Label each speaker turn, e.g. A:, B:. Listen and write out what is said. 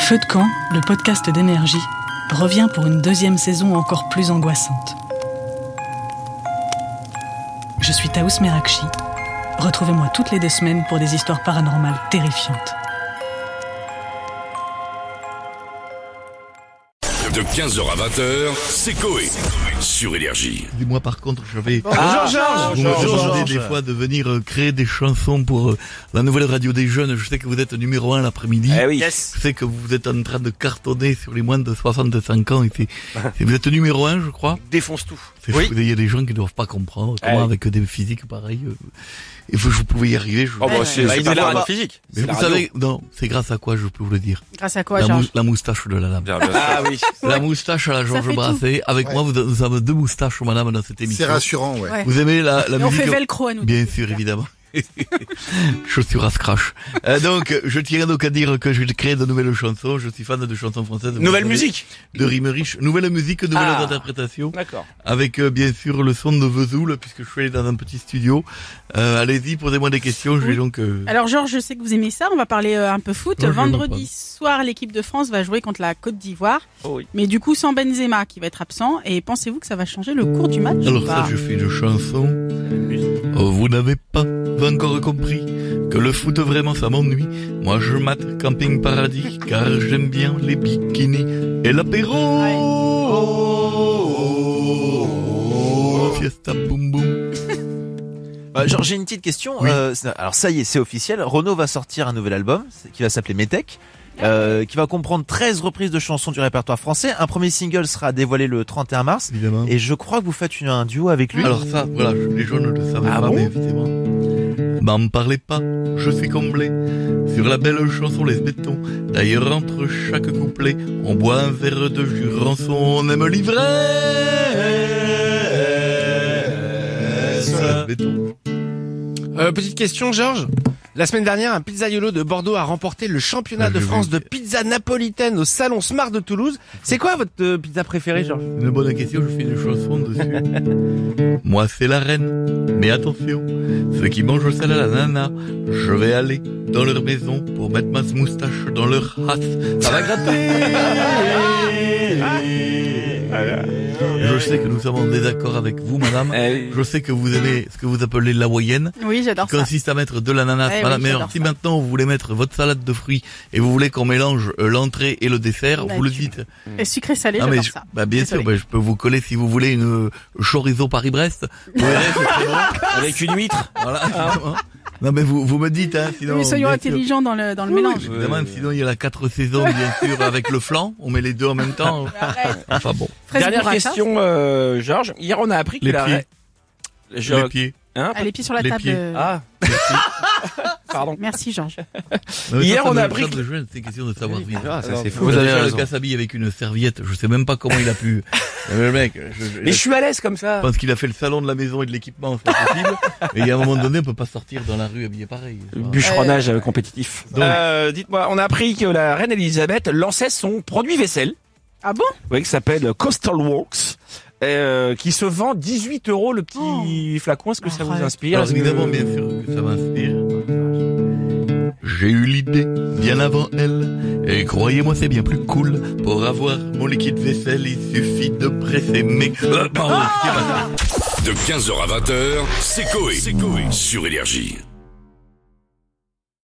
A: Feu de camp, le podcast d'énergie, revient pour une deuxième saison encore plus angoissante. Je suis Taous Merakchi. Retrouvez-moi toutes les deux semaines pour des histoires paranormales terrifiantes.
B: De 15h à 20h, c'est Coé. Sur Énergie.
C: Dis Moi par contre, j'avais
D: Ah, Jean-Georges
C: vous me demandez des fois de venir euh, créer des chansons pour euh, la nouvelle radio des jeunes. Je sais que vous êtes numéro un l'après-midi.
D: Eh oui.
C: Je sais que vous êtes en train de cartonner sur les moins de 65 ans. Et c'est- c'est- vous êtes numéro un, je crois.
D: Défonce tout.
C: C'est fou, Il y a des gens qui ne doivent pas comprendre comment
D: oui.
C: avec des physiques pareilles. euh, et vous, je pouvais y arriver. je-
B: Oh bah c'est
D: Bah,
B: c'est
D: il nous
B: pas
D: l'a
B: mal.
D: rendu physique.
C: Mais vous savez, non, c'est grâce à quoi je peux vous le dire.
E: Grâce à quoi,
C: la, mou-
E: Georges
C: la moustache de la lame.
B: Bien, bien sûr.
D: Ah oui.
C: La moustache à la Georges
E: fait
C: Brassé. Avec
F: Ouais.
C: moi, vous, nous avons deux moustaches, madame, dans cette
F: C'est
C: émission.
F: rassurant, ouais.
E: Ouais.
C: Vous aimez la, la
E: Et on
C: musique
E: fait velcro à nous.
C: Bien
E: deux.
C: sûr, évidemment. Chaussure à scratch. Euh, donc, je tiens donc à dire que je crée de nouvelles chansons. Je suis fan de chansons françaises. Vous
D: Nouvelle
C: savez,
D: musique.
C: De rimes riches. Nouvelle musique, nouvelles
D: Ah.
C: interprétations.
D: D'accord.
C: Avec, euh, bien sûr, le son de Vesoul, puisque je suis allé dans un petit studio. Euh, allez-y, posez-moi des questions. Je vais
E: Oui.
C: donc... euh,
E: Alors, Georges, je sais que vous aimez ça. On va parler euh, un peu foot.
C: Non, je l'aime
E: Vendredi soir, l'équipe de France va jouer contre la Côte d'Ivoire.
D: Oh oui.
E: Mais du coup, sans Benzema qui va être absent. Et pensez-vous que ça va changer le cours du match
C: Alors
E: ou
C: ça,
E: pas
C: je fais une chanson. Oh, vous n'avez pas encore compris que le foot vraiment ça m'ennuie. Moi je mate Camping Paradis car j'aime bien les bikinis et l'apéro. Fiesta boum boum.
G: Euh, Genre, j'ai une petite question.
C: Oui.
G: Euh, c'est- alors, ça y est, c'est officiel. Renault va sortir un nouvel album c'est- qui va s'appeler Metech, euh, qui va comprendre 13 reprises de chansons du répertoire français. Un premier single sera dévoilé le 31 mars.
C: Évidemment.
G: Et je crois que vous faites une- un duo avec lui.
C: Alors ça, voilà, je- les gens ne le savaient
G: Ah
C: pas,
G: bon
C: mais évidemment. M'en parlez pas, je suis comblé. Sur la belle chanson Les Bétons, d'ailleurs entre chaque couplet, on boit un verre de jus rançon, on aime l'ivresse. Les Bétons.
H: Euh, petite question, Georges. La semaine dernière, un pizzaiolo de Bordeaux a remporté le championnat
C: Ah,
H: de
C: j'ai
H: France
C: vu.
H: de pizza napolitaine au salon Smart de Toulouse. C'est quoi votre euh, pizza préférée, Georges
C: Une bonne question, je fais une chanson dessus. Moi c'est la reine, mais attention, ceux qui mangent ça à la nana, je vais aller dans leur maison pour mettre ma moustache dans leur race. Ça va gratter Je sais que nous sommes en désaccord avec vous, madame.
E: Eh.
G: Eh
C: Je sais que vous aimez ce que vous appelez la moyenne,
E: Oui, j'adore
C: qui
E: ça.
C: consiste à mettre de l'ananas.
E: Eh oui,
C: madame. mais
E: j'adore
C: alors, si
E: ça.
C: maintenant vous voulez mettre votre salade de fruits et vous voulez qu'on mélange euh, l'entrée et le dessert,
E: Bah,
C: vous le
E: tu-
C: dites.
E: Et sucré-salé,
C: Ah, mais
E: j'adore
C: je-
E: ça.
C: bah, bien
E: Désolée.
C: sûr, bah, je peux vous coller si vous voulez une euh, chorizo Paris-Brest. Vous verrez, c'est très bon.
D: Avec une huître.
C: Voilà. Non mais vous, vous me dites, hein, sinon...
E: Oui, soyons
C: bien
E: intelligents dans le, dans le
C: sûr.
E: mélange.
C: Oui, évidemment, sinon il y a la quatre saisons, bien sûr, avec le flan. On met les deux en même temps.
E: Arrête.
C: Enfin bon,
E: Fraise
D: Dernière
E: bourrata.
D: question, euh, Georges. Hier, on a appris que
C: les
D: la-
C: pieds,
D: Je-
C: les pieds.
D: Hein
E: Ah, les pieds sur la
C: Les
E: table.
C: pieds.
E: euh,
D: Ah. Pardon.
E: Merci, Georges.
C: Non, mais
D: Hier,
C: ça, ça
D: on
C: me
D: a appris
C: regarde
D: que-
C: le jeune, C'est question de savoir vivre.
D: ça, c'est
C: Vous allez à le Kasabi avec une serviette. Je sais même pas comment il a pu. Mais le mec, je, je-
D: Mais je suis à l'aise comme
C: je
D: ça.
C: pense qu'il a fait le salon de la maison et de l'équipement, c'est pas possible. Et à un moment donné, on peut pas sortir dans la rue habillé pareil.
D: Bûcheronnage euh, compétitif.
C: Donc-
D: Euh, Dites-moi, on a appris que la reine Elisabeth lançait son produit vaisselle.
E: Ah bon
D: Oui, qui s'appelle Coastal Works. euh, qui se vend 18 euros le petit
H: Oh.
D: flacon. Est-ce que ça vous
E: Arrête.
D: inspire
C: Alors
D: Est-ce que-
C: évidemment, bien sûr que ça m'inspire. J'ai eu l'idée bien avant elle, et croyez-moi c'est bien plus cool. Pour avoir mon liquide vaisselle, il suffit de presser mes... Euh, pardon, c'est pas ça.
B: De 15h à 20h, c'est Coé. Sur Énergie.